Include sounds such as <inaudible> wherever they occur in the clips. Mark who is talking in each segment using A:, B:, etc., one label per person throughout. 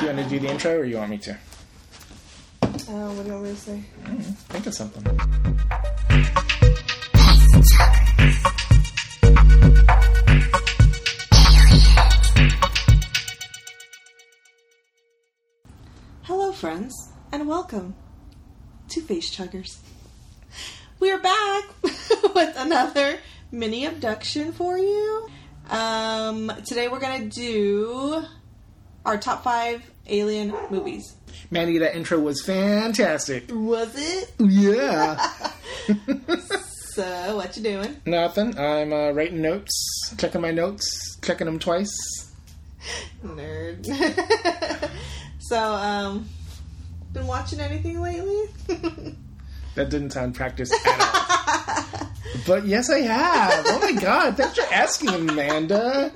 A: You want to do the intro or you want me to?
B: Uh, what do you want me to say?
A: Think of something.
B: Hello, friends, and welcome to Face Chuggers. We are back <laughs> with another mini abduction for you. Um, today we're gonna do our top five alien movies.
A: Mandy, that intro was fantastic.
B: Was it? <laughs>
A: Yeah.
B: So, what you doing?
A: <laughs> Nothing. I'm uh, writing notes, checking my notes, checking them twice.
B: Nerd. <laughs> so, um, been watching anything lately? <laughs>
A: That didn't sound practiced at all. but yes, I have. Oh my god, thanks for asking, Amanda.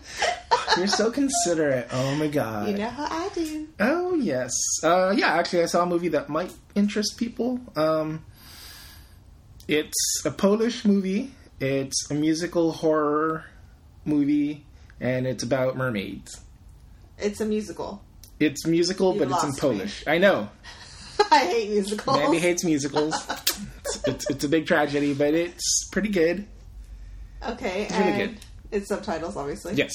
A: You're so considerate. Oh my god.
B: you know how I do.
A: Oh yes, uh, yeah. Actually, I saw a movie that might interest people. Um, it's a Polish movie. It's a musical horror movie, and it's about mermaids.
B: It's a musical. <laughs>
A: It's musical,
B: You
A: but it's in
B: lost me.
A: Polish. I know.
B: I hate musicals. <laughs>
A: Mandy hates musicals. it's, it's, it's a big tragedy, but it's pretty good.
B: Okay,
A: really
B: and
A: good.
B: it's subtitles, obviously.
A: Yes.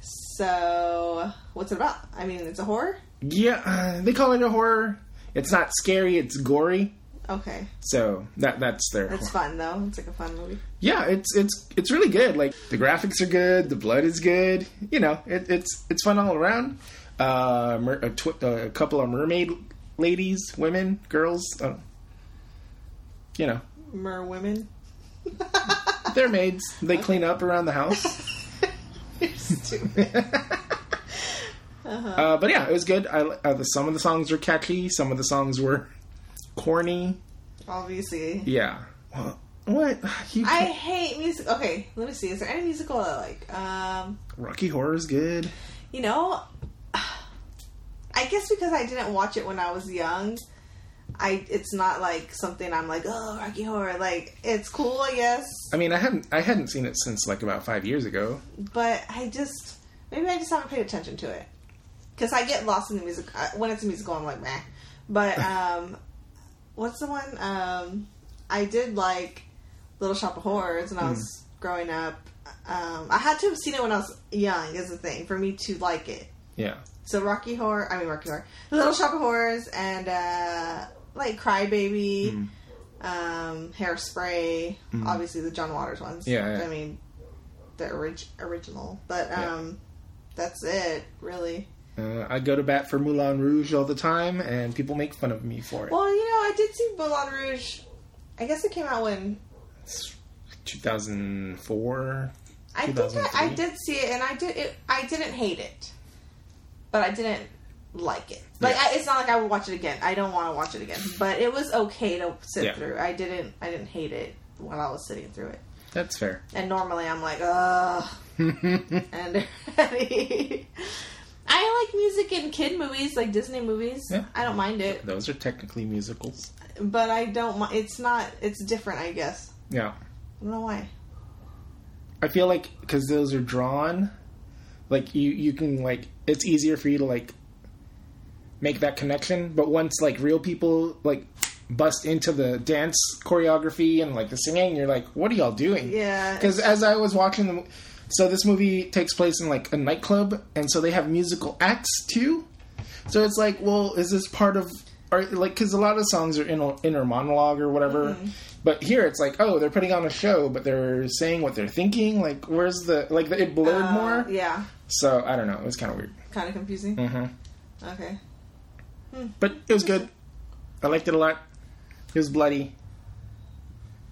B: So, what's it about? I mean, it's a horror.
A: Yeah, uh, they call it a horror. It's not scary. It's gory.
B: Okay,
A: So that that's their.
B: it's fun though. It's like a fun movie.
A: yeah, it's it's it's really good. Like the graphics are good, the blood is good. You know, it, it's it's fun all around. Uh, mer- a, tw- a couple of mermaid ladies, women, girls. Uh, you know,
B: Mer women. <laughs>
A: they're maids. They clean up around the house. <laughs>
B: You're stupid.
A: Uh, but yeah, it was good. I, li- uh, the, some of the songs were catchy. Some of the songs were corny.
B: Obviously,
A: Yeah. Well, what? <sighs> You
B: I
A: can't-
B: hate music. Okay, let me see. Is there any musical I like? Um,
A: Rocky Horror is good.
B: you know, <sighs> I guess because I didn't watch it when I was young. I it's not like something I'm like oh Rocky Horror like it's cool I guess
A: I mean, I hadn't I hadn't seen it since like about five years ago.
B: but I just maybe I just haven't paid attention to it because I get lost in the music I- when it's a musical. I'm like, meh. But um, what's the one? Um, I did like Little Shop of Horrors when I was growing up. Um, I had to have seen it when I was young, is the thing for me to like it.
A: Yeah.
B: So Rocky Horror, I mean Rocky Horror, Little Shop of Horrors, and uh, like Cry Baby,
A: Hmm.
B: um, Hairspray, obviously the John Waters ones.
A: Yeah, yeah.
B: I mean the orig- original, but
A: Yeah.
B: um, that's it really.
A: Uh, I go to bat for Moulin Rouge all the time, and people make fun of me for it.
B: Well, you know, I did see Moulin Rouge. I guess it came out when
A: 2004.
B: I think I, I
A: 2003?
B: did see it, and I did it. I didn't hate it, but I didn't like it. Like
A: Yeah.
B: I, it's not like I would watch it again. I don't want to watch it again, but it was okay to sit
A: Yeah.
B: through. I didn't. I didn't hate it while I was sitting through it.
A: That's fair. <laughs>
B: And normally I'm like, ugh,
A: yeah,
B: and <laughs> I like music in kid movies, like Disney movies.
A: Yeah.
B: I don't mind it,
A: those are technically musicals.
B: but I don't. mi- It's not. It's different, I guess.
A: Yeah,
B: I don't know why.
A: I feel like because those are drawn, like you you can like it's easier for you to like make that connection. But once like real people like bust into the dance choreography and like the singing, you're like, what are y'all doing?
B: Yeah.
A: Because as I was watching the, mo- so this movie takes place in like a nightclub, and so they have musical acts too. So it's like, well, is this part of, or like, because a lot of songs are inner, inner monologue or whatever. But here it's like, oh, they're putting on a show, but they're saying what they're thinking. Like, where's the like? The, it blurred
B: Uh,
A: more.
B: Yeah.
A: So I don't know. It was kind of weird.
B: Kind of confusing.
A: hmm
B: Okay.
A: But it was good. I liked it a lot. It was bloody.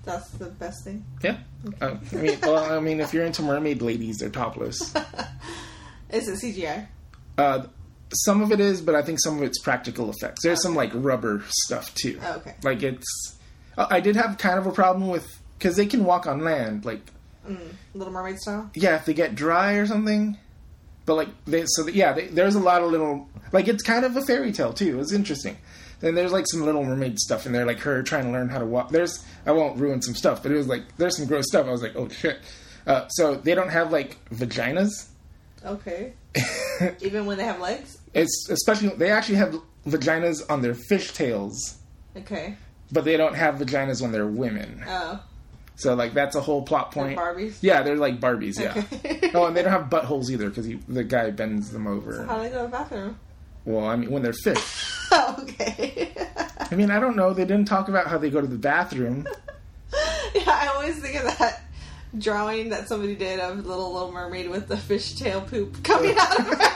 B: That's the best thing.
A: Yeah. Uh, I mean, well, I mean, if you're into mermaid ladies, they're topless.
B: Is it CGI?
A: Uh, some of it is, but I think some of it's practical effects. There's some like rubber stuff too.
B: Oh, okay.
A: Like it's, I I did have kind of a problem with because they can walk on land. Like
B: Little Mermaid style?
A: yeah, if they get dry or something, but like they so that, yeah, they, there's a lot of little like it's kind of a fairy tale too. It's interesting. Then there's like some Little Mermaid stuff in there, like her trying to learn how to walk. There's I won't ruin some stuff, but it was like there's some gross stuff. I was like, oh shit. Uh, so they don't have like vaginas.
B: <laughs> Okay. Even when they have legs?
A: It's especially they actually have vaginas on their fishtails,
B: Okay.
A: but they don't have vaginas when they're women.
B: Oh.
A: So like that's a whole plot point.
B: Barbies?
A: Yeah, they're like Barbies. Yeah.
B: Okay.
A: <laughs> oh, and they don't have buttholes either because the guy bends them over.
B: How do they go to the bathroom? <laughs>
A: well, I mean when they're fish.
B: Oh, okay. <laughs>
A: I mean I don't know. They didn't talk about how they go to the bathroom.
B: yeah, I always think of that drawing that somebody did of Little Little Mermaid with the fishtail poop coming out of her.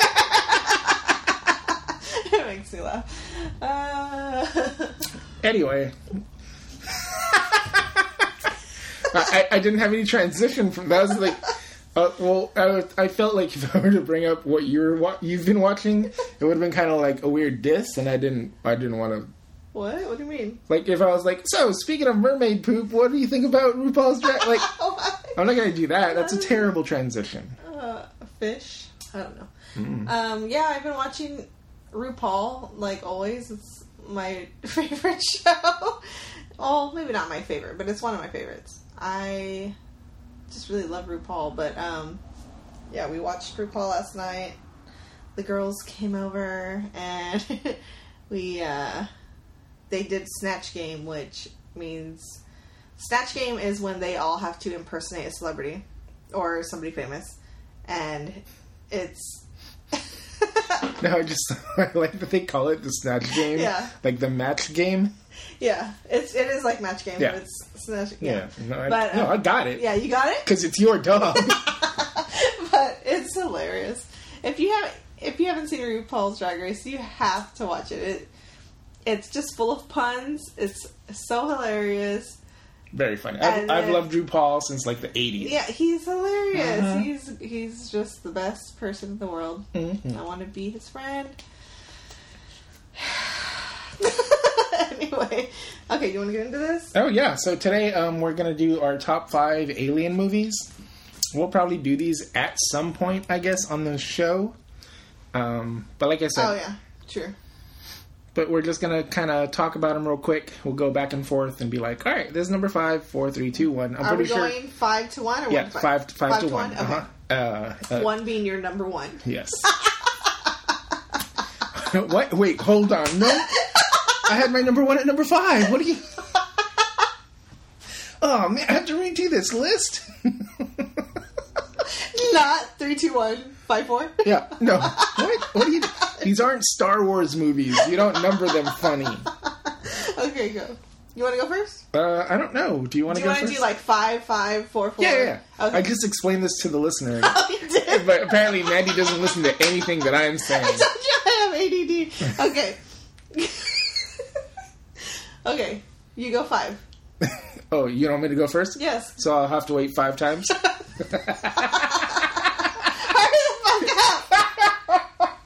B: <laughs> it makes me laugh. Uh, <laughs>
A: Anyway. <laughs> I, I I didn't have any transition from that. Was like, uh, well, I, was- I felt like <laughs> if I were to bring up what you're wa- you've been watching, it would have been kind of like a weird diss, and I didn't I didn't want to
B: what? What do you mean? <laughs>
A: like if I was like, so speaking of mermaid poop, what do you think about RuPaul's drag? Like,
B: Oh my.
A: I'm not gonna do that. That's a terrible transition.
B: Uh, fish? I don't know. Um, yeah, I've been watching RuPaul like always. It's my <laughs> favorite show. well, maybe not my favorite, but it's one of my favorites. I just really love RuPaul, but um, yeah, we watched RuPaul last night. The girls came over and <laughs> we uh, they did snatch game, which means snatch game is when they all have to impersonate a celebrity or somebody famous, and it's <laughs>
A: No, I just <laughs> I like that they call it the snatch game,
B: Yeah.
A: like the match game.
B: yeah, it's it is like match game,
A: Yeah.
B: but it's snatch
A: Yeah,
B: yeah.
A: no, I,
B: But,
A: no,
B: uh,
A: I got it
B: Yeah, you got it. <laughs>
A: because it's your dog.
B: but it's hilarious. If you have if you haven't seen RuPaul's Drag Race, you have to watch it. it it's just full of puns. It's so hilarious.
A: Very funny. I've,
B: And
A: I've
B: then-
A: loved Drew Paul since like the 80s.
B: Yeah, he's hilarious.
A: Uh-huh.
B: He's he's just the best person in the world.
A: Mhm.
B: I want to be his friend. <sighs> anyway, okay, you want to get into this?
A: Oh, yeah. So today um, we're going to do our top five alien movies. We'll probably do these at some point, I guess, on the show. Um, but like I said,
B: Oh yeah, sure.
A: but we're just going to kind of talk about them real quick. We'll go back and forth and be like, all right, this is number five, four, three, two, one. I'm
B: Are we
A: pretty sure.
B: going five to one or
A: yeah,
B: one to
A: five,
B: five?
A: five, to, one.
B: Okay.
A: Uh-huh. Uh, uh,
B: One being your number one.
A: <laughs> Yes. what? Wait, hold on. No, I had my number one at number five. What are you? <laughs> Oh man, I have to redo this list.
B: Not three, two, one, five, four.
A: <laughs> yeah, no. What? What are you? These aren't Star Wars movies. You don't number them funny.
B: <laughs> Okay, go. You want to go first?
A: Uh, I don't know. Do you want
B: Do
A: to go
B: you want to
A: first?
B: do like five, five, four, four?
A: yeah, yeah. yeah.
B: <laughs> Okay.
A: I just explained this to the listener,
B: Oh, you did.
A: but apparently Mandy doesn't listen to anything that I'm
B: I <laughs>
A: saying.
B: told you I have ADD. Okay. <laughs> okay. You go five.
A: Oh, you want me to go first?
B: Yes. <laughs>
A: So I'll have to wait five times.
B: Hurry the <coughs> fuck up.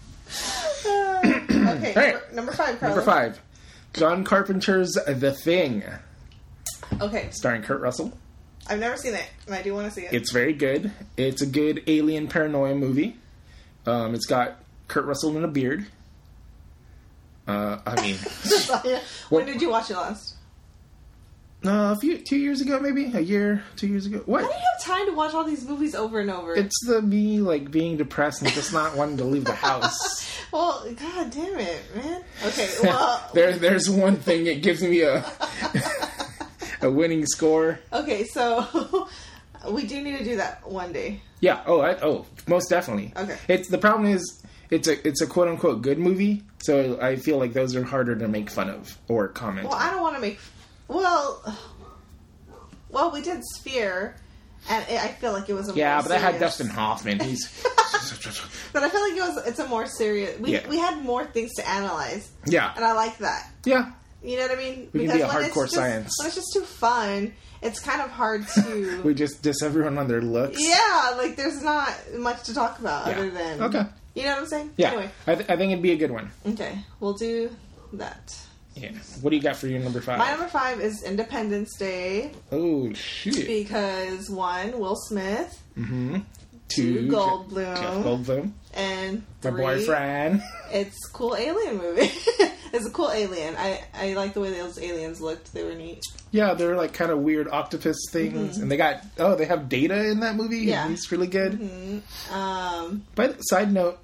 B: Uh, okay.
A: All right.
B: Number, number five, Carla.
A: Number five, John Carpenter's The Thing,
B: Okay.
A: starring Kurt Russell.
B: I've never seen it, and I do want to see it.
A: It's very good. It's a good alien paranoia movie. Um, it's got Kurt Russell in a beard. Uh, I mean, <laughs>
B: <laughs> when did you watch it last?
A: uh, a few two years ago, maybe a year, two years ago.
B: How do
A: What?
B: you have time to watch all these movies over and over?
A: It's the me like being depressed and just not wanting to leave the house.
B: <laughs> Well, god damn it, man.
A: <laughs>
B: Okay, well,
A: there, there's one thing it gives me a <laughs> a winning score.
B: okay, so <laughs> we do need to do that one day.
A: Yeah. Oh. I, oh. Most definitely.
B: Okay.
A: It's the problem is it's a it's a quote unquote good movie, so I feel like those are harder to make fun of or comment.
B: Well, I don't want to make. Well, well, we did Sphere, and it, I feel like it was a
A: yeah,
B: more
A: but I had
B: serious-
A: Dustin Hoffman. He's
B: <laughs> But I feel like it was. It's a more serious. We
A: Yeah.
B: we had more things to analyze, and
A: yeah,
B: I like that.
A: yeah.
B: You know what I mean?
A: We can be a
B: when it's
A: hardcore
B: just-
A: science.
B: When it's just too fun, it's kind of hard to.
A: <laughs> We just diss everyone on their looks.
B: yeah, like there's not much to talk about
A: Yeah.
B: other than
A: Okay.
B: You know what I'm saying?
A: Yeah.
B: Anyway,
A: I, th- I think it'd be a good one.
B: Okay, we'll do that.
A: Yeah. What do you got for your number five?
B: My number five is Independence Day
A: oh shit.
B: because one, Will Smith,
A: Mm-hmm.
B: two, Goldblum,
A: Jeff Goldblum.
B: and
A: My
B: three,
A: boyfriend.
B: It's cool alien movie. <laughs> it's a cool alien. I I like the way those aliens looked. They were neat.
A: Yeah, they're like kind of weird octopus things, and they got oh, they have Data in that movie.
B: Mm-hmm. Yeah.
A: he's really good.
B: Mm, Um,
A: But side note,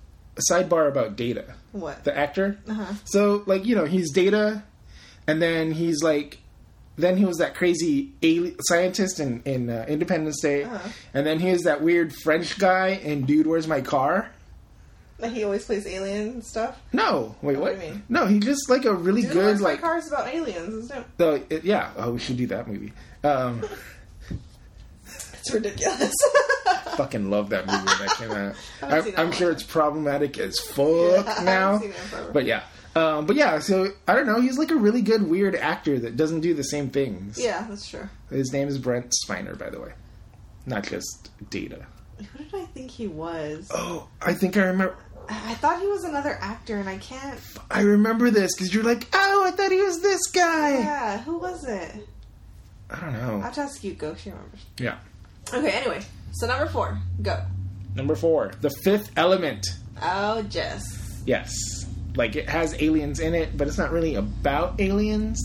A: sidebar about Data,
B: What?
A: the actor.
B: Uh-huh.
A: So like you know he's Data, and then he's like, then he was that crazy alien scientist in in uh, Independence Day,
B: Uh-huh.
A: and then he was that weird French guy in Dude Where's My Car.
B: Like he always plays alien stuff.
A: No, wait, what?
B: Oh, What do you mean?
A: No, he's just like a really
B: Dude,
A: good
B: Where's My
A: like.
B: Car is about aliens, isn't it? <laughs>
A: So it, yeah, oh, we should do that movie. Um,
B: It's ridiculous. <laughs>
A: fucking love that movie. when that came out.
B: haven't
A: I'm,
B: seen that
A: I'm
B: one.
A: sure it's problematic as fuck
B: <laughs> haven't
A: now.
B: seen it in forever.
A: But yeah, um, but yeah. So I don't know. He's like a really good weird actor that doesn't do the same things.
B: yeah, that's true.
A: His name is Brent Spiner, by the way, not just Data.
B: Who did I think he was?
A: Oh, I think I remember.
B: I I thought he was another actor, and I can't.
A: I remember this because you're like, oh, I thought he was this guy.
B: Yeah, who was it?
A: I don't know.
B: I'll ask you. Go. She remembers.
A: Yeah.
B: Okay. Anyway, so number four. Go.
A: Number four, The Fifth Element.
B: Oh, Jess.
A: Yes. Like it has aliens in it, but it's not really about aliens.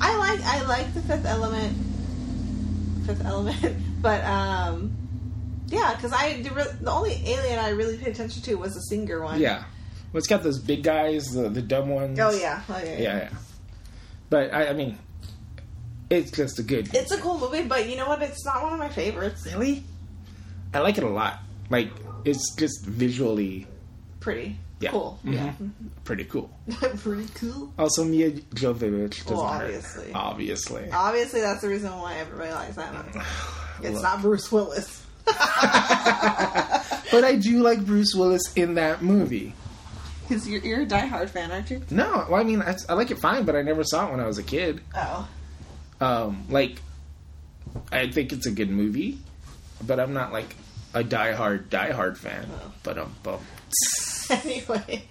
B: I like I like the Fifth Element. Fifth Element, <laughs> but um, yeah, because I the, re- the only alien I really paid attention to was the singer one.
A: Yeah. Well, it's got those big guys, the, the dumb ones.
B: Oh yeah. Oh, yeah.
A: Yeah, yeah. But I, I mean, it's just a good.
B: It's a cool movie, but you know what? It's not one of my favorites.
A: really? I like it a lot. Like it's just visually
B: Pretty.
A: yeah,
B: Cool.
A: Mhm. pretty cool.
B: Yeah. <laughs> Pretty cool.
A: Also, Mia Jovovich doesn't
B: Well,
A: hurt.
B: obviously. Uh,
A: Obviously.
B: Obviously, that's the reason why everybody likes
A: <sighs>
B: that one. It's
A: Look.
B: not Bruce Willis. <laughs>
A: But I do like Bruce Willis in that movie.
B: Because you're, you're a diehard fan, aren't you?
A: No, well, I mean, I, I like it fine, but I never saw it when I was a kid.
B: Oh. <laughs>
A: um, like I think it's a good movie, but I'm not like a diehard diehard fan.
B: Oh.
A: But um, bum.
B: anyway.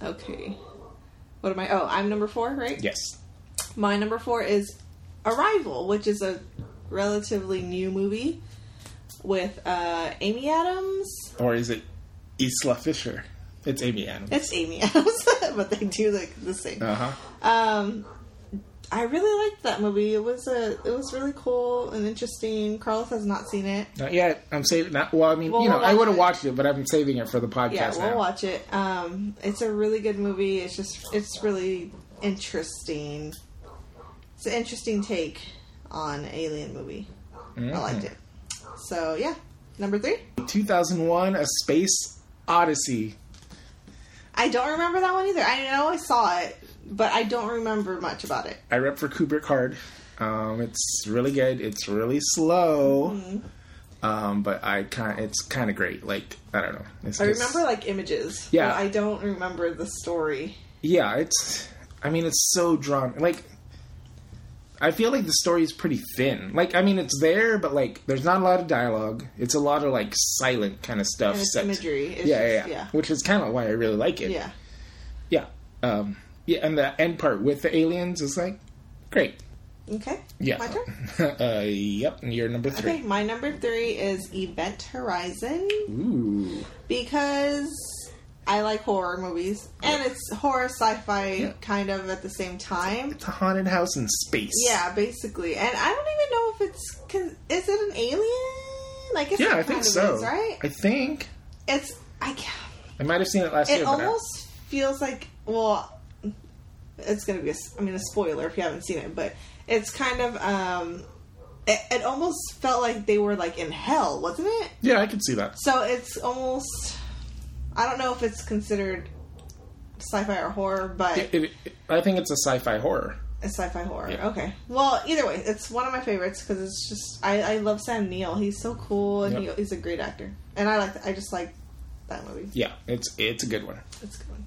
B: Okay. What am I? Oh, I'm number four, right?
A: yes,
B: My number four is Arrival, which is a relatively new movie with uh, Amy Adams.
A: or is it Isla Fisher? It's Amy Adams.
B: It's Amy <laughs> Adams, but they do look the same.
A: Uh huh.
B: Um, I really liked that movie. It was a, it was really cool and interesting. Carlos has not seen it.
A: Not yet. I'm saving. Not, well, I mean,
B: Well,
A: you know,
B: we'll
A: I
B: watch
A: would have
B: it.
A: watched it, but I'm saving it for the podcast
B: Yeah, we'll
A: now.
B: watch it. Um, it's a really good movie. It's just it's really interesting. It's an interesting take on alien movie. I liked it. So yeah, number three.
A: 2001: A Space Odyssey.
B: I don't remember that one either. I know I saw it, but I don't remember much about it.
A: I rep for Kubrick hard. Um, it's really good. It's really slow.
B: Mm-hmm.
A: Um, but I kind it's kind of great. Like I don't know. It's
B: I
A: just-
B: remember like images.
A: Yeah.
B: but I don't remember the story.
A: yeah it's i mean it's so drawn like i feel like the story is pretty thin like i mean it's there but like there's not a lot of dialogue it's a lot of like silent kind of stuff
B: And it's
A: set-
B: imagery. It's
A: yeah, yeah,
B: just-
A: yeah
B: yeah.
A: which is kind of why i really like it
B: Yeah.
A: yeah um yeah and the end part with the aliens is like great
B: Okay.
A: yeah
B: My turn.
A: <laughs> uh yep and you're number three
B: Okay, my number three is Event Horizon
A: ooh
B: because I like horror movies and it's horror sci-fi kind of at the same time.
A: it's a haunted house in space
B: Yeah, basically. And I don't even know if it's con- is it an alien? Like,
A: yeah i think so
B: is, right?
A: i think
B: It's I can't.
A: i might have seen it last
B: It
A: year but uh, I-
B: almost feels like well, it's gonna be a, s- I mean a spoiler if you haven't seen it, but it's kind of um, it, it almost felt like they were like in hell, wasn't it?
A: yeah i could see that
B: So it's almost. I don't know if it's considered sci-fi or horror, but
A: It- it- it- I think it's a sci-fi horror.
B: it's sci-fi horror.
A: Yeah.
B: Okay. Well, either way, it's one of my favorites because it's just I, I love Sam Neill. He's so cool and
A: Yep.
B: he, he's a great actor. And I like I just like that movie.
A: Yeah, it's it's a good one.
B: It's a good one.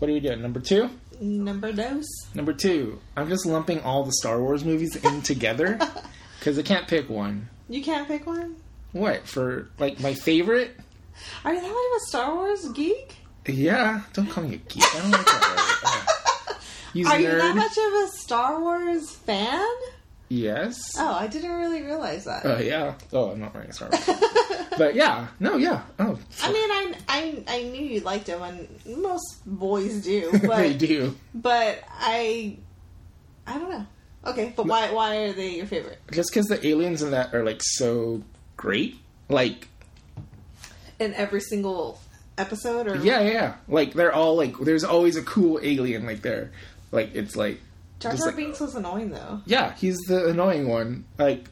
A: What are we doing? Number two.
B: Number dose.
A: Number two. I'm just lumping all the Star Wars movies
B: <laughs>
A: in together because I can't pick one.
B: You can't pick one.
A: What for? Like my favorite?
B: Are you that much of a Star Wars geek?
A: Yeah. Don't call me a geek. I don't like that. word.
B: <laughs>
A: Ugh. You
B: Are you
A: nerd.
B: that much of a Star Wars fan?
A: Yes.
B: Oh, I didn't really realize that. <laughs>
A: Oh yeah. Oh, I'm not wearing a Star Wars. but yeah. No. Yeah. Oh.
B: I mean, I, I I knew you liked him, and most boys
A: <laughs>
B: do.
A: they
B: But
A: do.
B: but I I don't know. Okay, but why why are they your favorite?
A: Just because the aliens in that are like so great. Like
B: in every single episode or
A: Yeah, yeah, yeah. Like they're all like there's always a cool alien like there. Like it's like
B: Jar
A: Just
B: Jar
A: like-
B: Binks was annoying though.
A: yeah, he's the annoying one. Like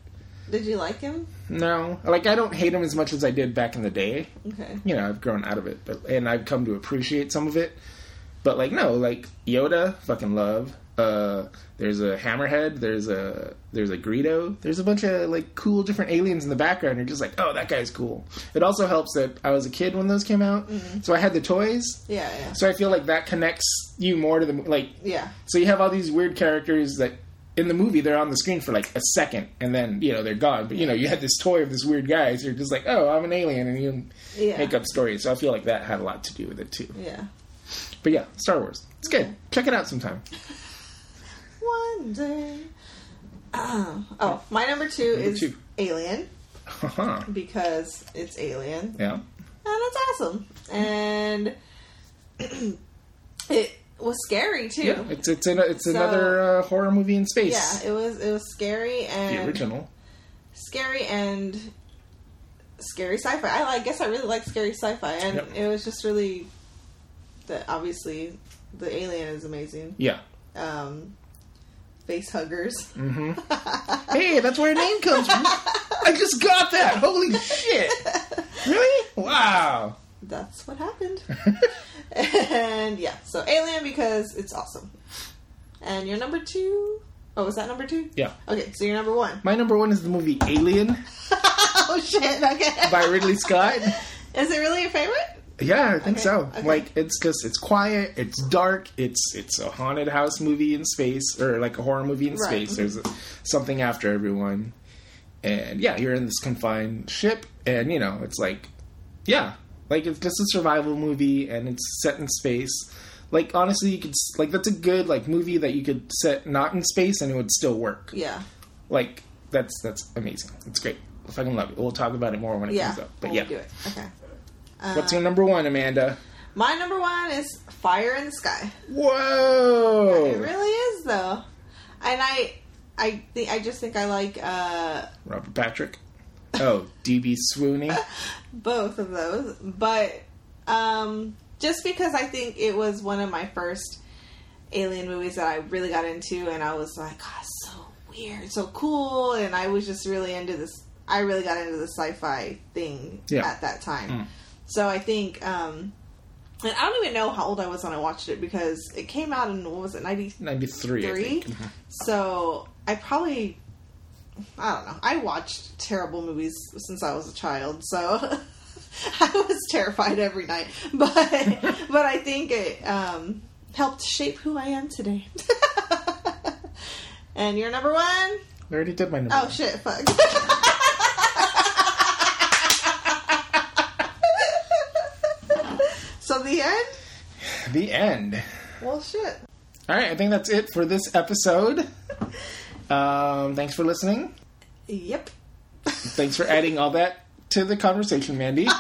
B: Did you like him?
A: no, like I don't hate him as much as I did back in the day.
B: Okay.
A: You know, I've grown out of it, but and I've come to appreciate some of it. But like no, like Yoda, fucking love. Uh, there's a hammerhead. There's a there's a Greedo. There's a bunch of like cool different aliens in the background. You're just like, oh, that guy's cool. It also helps that I was a kid when those came out,
B: Mm-hmm.
A: so I had the toys.
B: Yeah, yeah.
A: So I feel like that connects you more to the like.
B: Yeah.
A: So you have all these weird characters that in the movie they're on the screen for like a second and then you know they're gone. But you know you had this toy of this weird guy. So you're just like, oh, I'm an alien, and you
B: Yeah.
A: make up stories. So I feel like that had a lot to do with it too.
B: Yeah.
A: But yeah, Star Wars. It's good. Check it out sometime.
B: One day. <clears throat> Uh, oh, my number two
A: Number
B: is
A: two.
B: Alien
A: Uh-huh.
B: because it's Alien.
A: Yeah.
B: And that's awesome. And <clears throat> it was scary too.
A: Yeah.
B: Yeah,
A: It's it's an, it's
B: So-
A: another uh, horror movie in space.
B: it was it was scary
A: the
B: and
A: original.
B: scary and scary sci-fi. I, I guess I really like scary sci-fi, and
A: Yep.
B: it was just really the obviously the alien is amazing.
A: Yeah.
B: Um, face huggers. <laughs>
A: Hey, that's where her name comes from. I just got that. Holy shit. Really? Wow.
B: That's what
A: <laughs>
B: happened. and yeah, so Alien because it's awesome. And your number two? Oh, was that number two?
A: Yeah.
B: Okay, so your number one. <laughs>
A: My number one is the movie Alien
B: oh shit! Okay.
A: by Ridley Scott.
B: Is it really your favorite?
A: Yeah, I think
B: Okay,
A: so.
B: okay.
A: Like it's just it's quiet, it's dark, it's it's a haunted house movie in space or like a horror movie in
B: Right. mhm.
A: space. There's a, something after everyone. And yeah, you're in this confined ship and you know, it's like yeah, like it's just a survival movie and it's set in space. Like honestly, you could s- like that's a good like movie that you could set not in space and it would still work.
B: Yeah.
A: Like that's that's amazing. It's great. I fucking love it. We'll talk about it more when it
B: Yeah.
A: comes up. But
B: We'll
A: yeah.
B: do it. Uh, Okay.
A: What's your number one, Amanda?
B: My number one is Fire in the Sky.
A: Whoa!
B: It really is though, and I, I think I just think I like uh,
A: Robert Patrick. Oh, DB
B: <laughs>
A: Sweeney.
B: both of those, but um, just because I think it was one of my first alien movies that I really got into, and I was like, God, it's so weird, so cool, and I was just really into this. I really got into the sci-fi thing
A: Yeah.
B: at that time. So I think, um, and I don't even know how old I was when I watched it because it came out in what was it ninety
A: 93, I
B: three.
A: think. Mm-hmm.
B: So I probably, I don't know. I watched terrible movies since I was a child, so <laughs> I was terrified every night. <laughs> But but I think it um, helped shape who I am today. <laughs> and you're number one.
A: I already did my number.
B: Oh shit! Fuck. <laughs> so the end.
A: The end.
B: Well, shit.
A: All right, I think that's it for this
B: <laughs>
A: episode. Um, thanks for listening.
B: Yep.
A: Thanks for adding all that to the conversation, Mandy.
B: <laughs>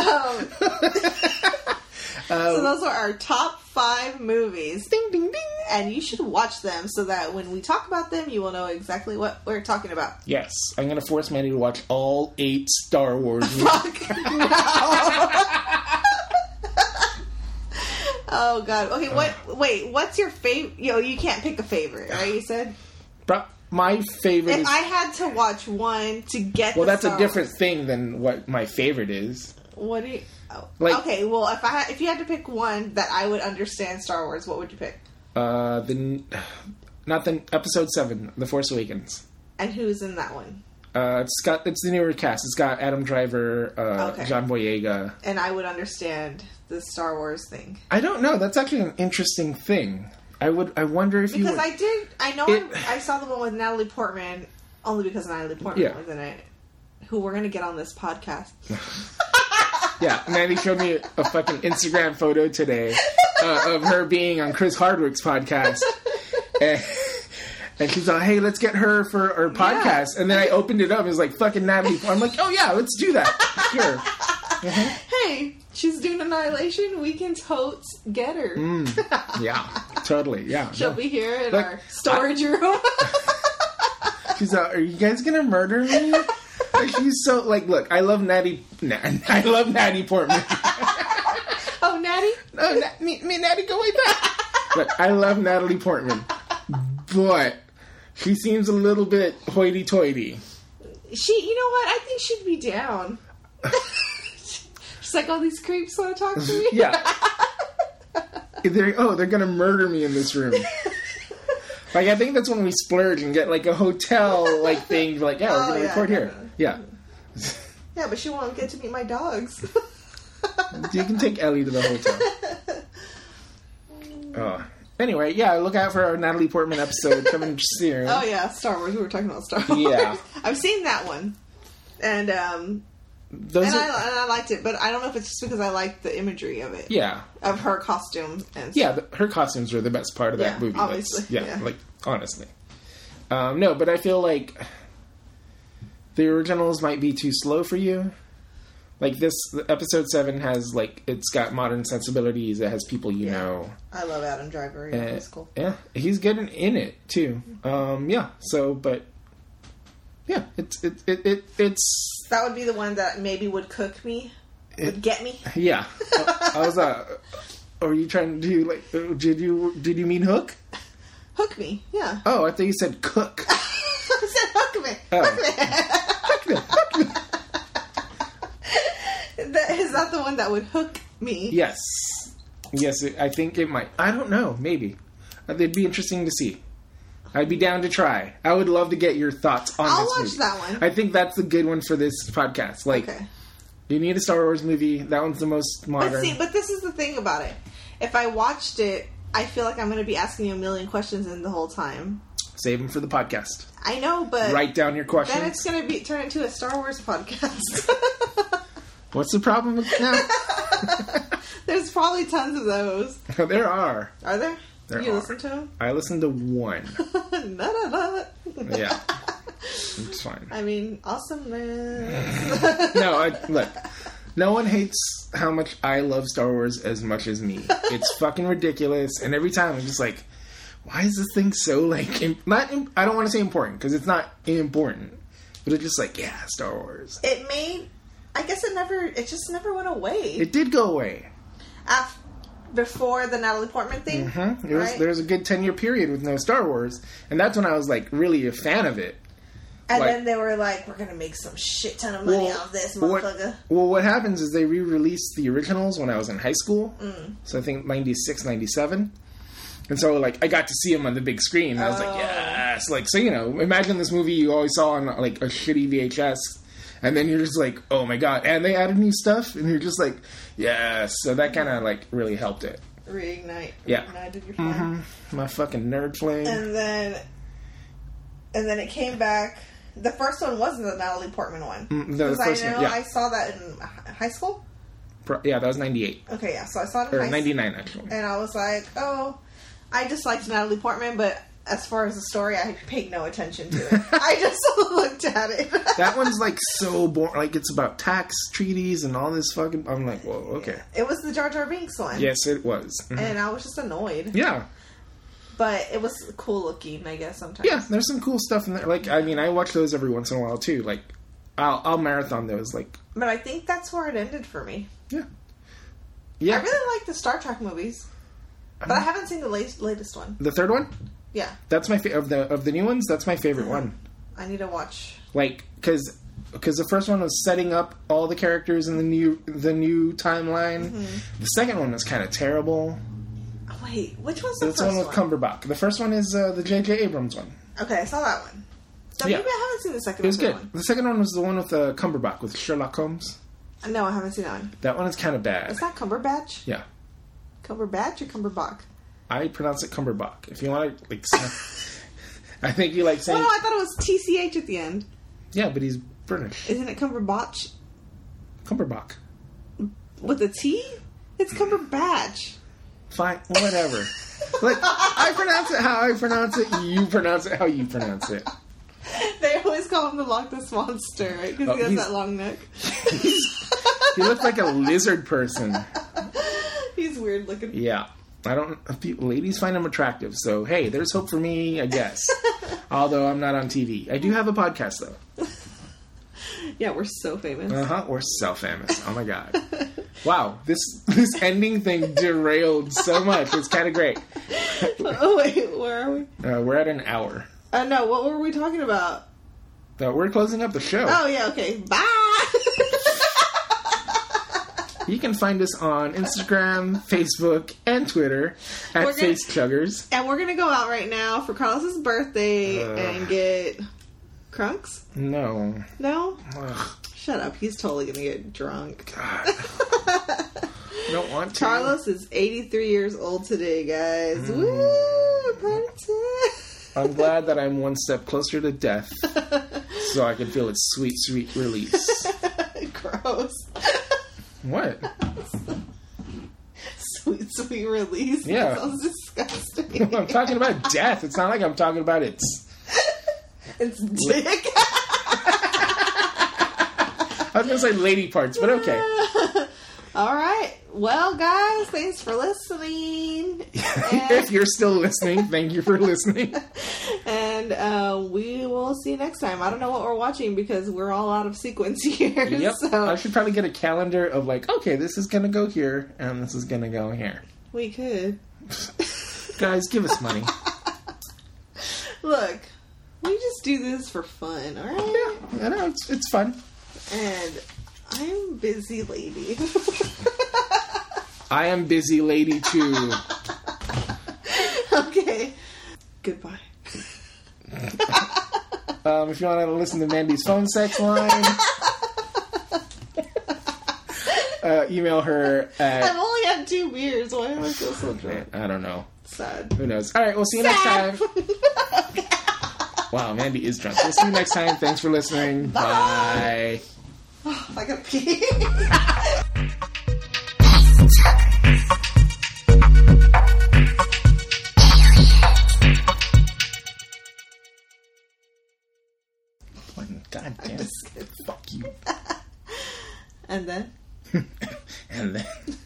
A: Um,
B: So those are our top five movies,
A: Oh. ding, ding, ding.
B: and you should watch them so that when we talk about them, you will know exactly what we're talking about.
A: Yes, I'm going to force Mandy to watch all eight Star Wars
B: <laughs>
A: movies.
B: Fuck no. oh god. Okay.
A: Uh.
B: What? Wait. What's your favorite? Yo, you can't pick a favorite, right? You said
A: But my favorite
B: if
A: is.
B: I had to watch one to get.
A: well,
B: the
A: that's a
B: Star
A: different thing than what my favorite is.
B: Wars- What do you? Oh.
A: Like-
B: okay. Well, if I had, if you had to pick one that I would understand Star Wars, what would you pick?
A: Uh, the. <sighs> Not the. Episode 7, The Force Awakens.
B: And who's in that one?
A: Uh, it's got it's the newer cast. It's got Adam Driver, uh,
B: Okay.
A: John Boyega.
B: And I would understand the Star Wars thing.
A: I don't know. That's actually an interesting thing. I would. I wonder if you.
B: Because
A: Would,
B: I did. I know
A: It-
B: I, I saw the one with Natalie Portman only because Natalie Portman
A: Yeah.
B: was in it. Who we're gonna get on this podcast?
A: Yeah, Mandy showed me
B: <laughs>
A: a fucking Instagram photo today uh, of her being on Chris Hardwick's
B: <laughs>
A: podcast, and, and she's like, "Hey, let's get her for our podcast." And then I opened it up. It was like fucking Natalie. I'm like, "Oh yeah, let's do that." Sure.
B: Hey, she's doing Annihilation. We can totes get her.
A: Yeah. <laughs> Totally. <laughs> Yeah.
B: She'll be here in
A: Mm. Like, <laughs>
B: our storage room.
A: <laughs> She's like, "Are you guys gonna murder me?" Like, she's so like. Look, I love Natty. Na, I love Natty <laughs> Portman.
B: Oh, Natty?
A: No, na, me, me and Natty go way <laughs> back. Look, I love Natalie Portman, but she seems a little bit hoity-toity.
B: She, you know what? I think she'd be
A: <laughs>
B: down. She's like, all these creeps want to talk to me.
A: Yeah. they're, oh, they're gonna murder me in this <laughs> room. like I think that's when we splurge and get like a hotel like thing. Like yeah, we're
B: Oh,
A: gonna
B: yeah,
A: record here.
B: definitely.
A: Yeah,
B: Yeah, but she won't get to meet my dogs. <laughs>
A: you can take Ellie to the hotel.
B: <laughs>
A: Oh. Anyway, yeah, look out for our Natalie Portman episode
B: <laughs>
A: coming soon.
B: oh, yeah, Star Wars. We were talking about Star Wars. <laughs>
A: Yeah.
B: I've seen that one. And, um,
A: Those
B: and,
A: are,
B: I, and I liked it, but I don't know if it's just because I liked the imagery of it,
A: yeah,
B: of her costume and
A: yeah. The, her costumes were the best part of that
B: Yeah,
A: movie. That's-
B: obviously,
A: yeah,
B: yeah.
A: like honestly, um, no, but I feel like the originals might be too slow for you. Like this episode seven has like it's got modern sensibilities. It has people you know.
B: I love Adam Driver. Yeah,
A: Uh,
B: he's cool.
A: Yeah, he's good in, in it too. Um, yeah. So, but yeah, it's it, it, it it's
B: That would be the one that maybe would cook me, would get me.
A: yeah. <laughs> I, I was uh, are you trying to do like? uh, Did you did you mean hook?
B: Hook me, yeah.
A: Oh, I thought you said cook.
B: <laughs> I said hook me.
A: Oh.
B: That, is that the one that would hook me?
A: yes, yes. It, I think it might. I don't know. Maybe Uh, it'd be interesting to see. I'd be down to try. I would love to get your thoughts on.
B: I'll
A: this
B: watch
A: movie.
B: that one.
A: I think that's a good one for this podcast. Like,
B: Okay.
A: you need a Star Wars movie. That one's the most modern.
B: But see, but this is the thing about it. If I watched it, I feel like I'm going to be asking you a million questions in the whole time.
A: Save them for the podcast.
B: I know, but
A: Write down your
B: then it's
A: questions.
B: going to be turn into a Star Wars podcast. <laughs>
A: What's the problem with now?
B: There's probably tons of those.
A: <laughs> there are.
B: Are there?
A: There
B: you
A: are.
B: listen to them?
A: I listened to one.
B: <laughs> None of that.
A: <laughs> Yeah. It's fine.
B: I mean,
A: <laughs>
B: awesomeness. <laughs>
A: No, I, look. No one hates how much I love Star Wars as much as me. It's fucking ridiculous. And every time I'm just like, why is this thing so like im- not? Im- I don't want to say important because it's not important, but it's just like yeah, Star Wars.
B: it made. I guess it never. It just never went away.
A: It did go away.
B: Af- before the Natalie Portman thing,
A: Huh? It was,
B: Right.
A: There was a good ten year period with no Star Wars, and that's when I was like really a fan of it.
B: and
A: like-
B: then they were like, "We're gonna make some shit ton of money off this
A: what,
B: motherfucker."
A: well, what happens is they re-released the originals when I was in high school.
B: Mm.
A: So I think 96, 97. And so, like, I got to see them on the big screen. And I was like,
B: Oh.
A: yes. Like, so, you know, imagine this movie you always saw on, like, a shitty VHS. And then you're just like, oh my God. And they added new stuff. And you're just like, yes. So that kind of, like, really helped it.
B: Reignite.
A: Yeah. Mm-hmm.
B: Reignited your flame.
A: My fucking nerd flame.
B: And then, and then it came back. The first one wasn't the Natalie Portman one.
A: Mm, no, the
B: 'Cause
A: first
B: I know
A: one, yeah.
B: I saw that in hi- high school.
A: Pro- yeah, that was 98.
B: Okay, yeah. So I saw it in
A: Or
B: high
A: 99, actually.
B: and I was like, oh, I just liked Natalie Portman, but as far as the story, I paid no attention
A: <laughs>
B: to it. I just <laughs> looked at it.
A: That one's, like, so boring. Like, it's about tax treaties and all this fucking. I'm like, whoa, okay.
B: it was the Jar Jar Binks one.
A: Yes, it was. Mhm.
B: And I was just annoyed.
A: Yeah,
B: But it was cool looking, I guess, sometimes.
A: yeah. There's some cool stuff in there. Like, I mean, I watch those every once in a while too. Like, I'll, I'll marathon those. Like,
B: But I think that's where it ended for me.
A: yeah, yeah. Um,
B: I really like the Star Trek movies. But I haven't seen the latest, latest one.
A: the third one.
B: Yeah.
A: That's my fa- of the of the new ones. That's my favorite one.
B: I need to watch.
A: Like, because because the first one was setting up all the characters in the new the new timeline.
B: Mm-hmm.
A: The second one was kind of terrible.
B: Oh, wait, which one's the
A: That's the
B: first
A: one with
B: one?
A: Cumberbatch. The first one is uh, the J.J. Abrams one.
B: okay, I saw that one. So
A: Yeah.
B: maybe I haven't seen the second
A: It was
B: or
A: good.
B: third
A: The second one was the one with uh, Cumberbatch with Sherlock Holmes.
B: one. No, I haven't seen that one.
A: That one is kind of bad.
B: Is that Cumberbatch?
A: yeah.
B: Cumberbatch or Cumberbach?
A: I pronounce it Cumberbatch. If you want to, like, s- <laughs> I think you like
B: Oh
A: saying,
B: no, I thought it was TCH at the end.
A: yeah, but he's British.
B: Isn't it Cumberbatch
A: Cumberbatch.
B: with a T? It's Cumberbatch.
A: <laughs> Fine, whatever. like, I pronounce it how I pronounce it. You pronounce it how you pronounce it.
B: They always call him the Loch Ness Monster, right? Because
A: Oh,
B: he has
A: he's-
B: that long
A: <laughs>
B: neck.
A: He looks like a lizard person.
B: He's weird looking.
A: Yeah. I don't. if you- Ladies find him attractive, so hey, there's hope for me, I guess. Although I'm not on TV, I do have a podcast though.
B: Yeah, we're so famous.
A: Uh huh. Or so famous. Oh my god. wow. This <laughs> this ending thing derailed so much. It's kind of great.
B: <laughs> oh wait, where are we?
A: Uh, we're at an hour.
B: Uh, no, what were we talking about?
A: Uh, we're closing up the show.
B: Oh yeah, okay. Bye.
A: You can find us on Instagram, Facebook, and Twitter at
B: We're gonna-
A: Face Chuggers.
B: <laughs> and we're gonna go out right now for Carlos's birthday
A: Ugh.
B: and get crunks.
A: No.
B: No,
A: Ugh,
B: shut up. He's totally gonna get drunk.
A: God. I don't want
B: <laughs>
A: to.
B: Carlos is 83 years old today, guys.
A: Mm.
B: Woo! Party
A: I'm glad that I'm one step closer to death
B: time. <laughs>
A: so I can feel its sweet, sweet release.
B: Gross.
A: What? <laughs>
B: sweet, sweet release.
A: Yeah.
B: That sounds disgusting.
A: <laughs> I'm talking about death. It's not like I'm talking about its.
B: <laughs> It's dick.
A: I was going to say lady parts, but <laughs> okay. <laughs>
B: <laughs> All right. Well, guys, thanks for
A: <laughs>
B: listening.
A: if you're still listening, thank you for listening.
B: and uh, we will see you next time. I don't know what we're watching because we're all out of sequence <laughs> here.
A: Yep. I
B: So
A: should probably get a calendar of like, okay, this is going to go here and this is going to go here.
B: we
A: <laughs>
B: could.
A: Guys, give us <laughs> money.
B: <laughs> Look, we just do this for fun, all right?
A: I know, it's, it's fun.
B: And I'm busy lady. <laughs>
A: I am busy lady
B: <laughs>
A: too.
B: okay. Goodbye.
A: Um, if you want to listen to Mandy's phone sex
B: <laughs>
A: line, uh, email her
B: I've
A: at.
B: only had two beers. Why do I feel so drunk?
A: I don't know.
B: Sad.
A: Who knows? All right, we'll see you next time.
B: <laughs>
A: Wow, Mandy is drunk. We'll see you next time. Thanks for listening. Bye.
B: like a pee. <laughs>
A: God damn.
B: Just kidding.
A: Fuck you.
B: and then.
A: <laughs> and then.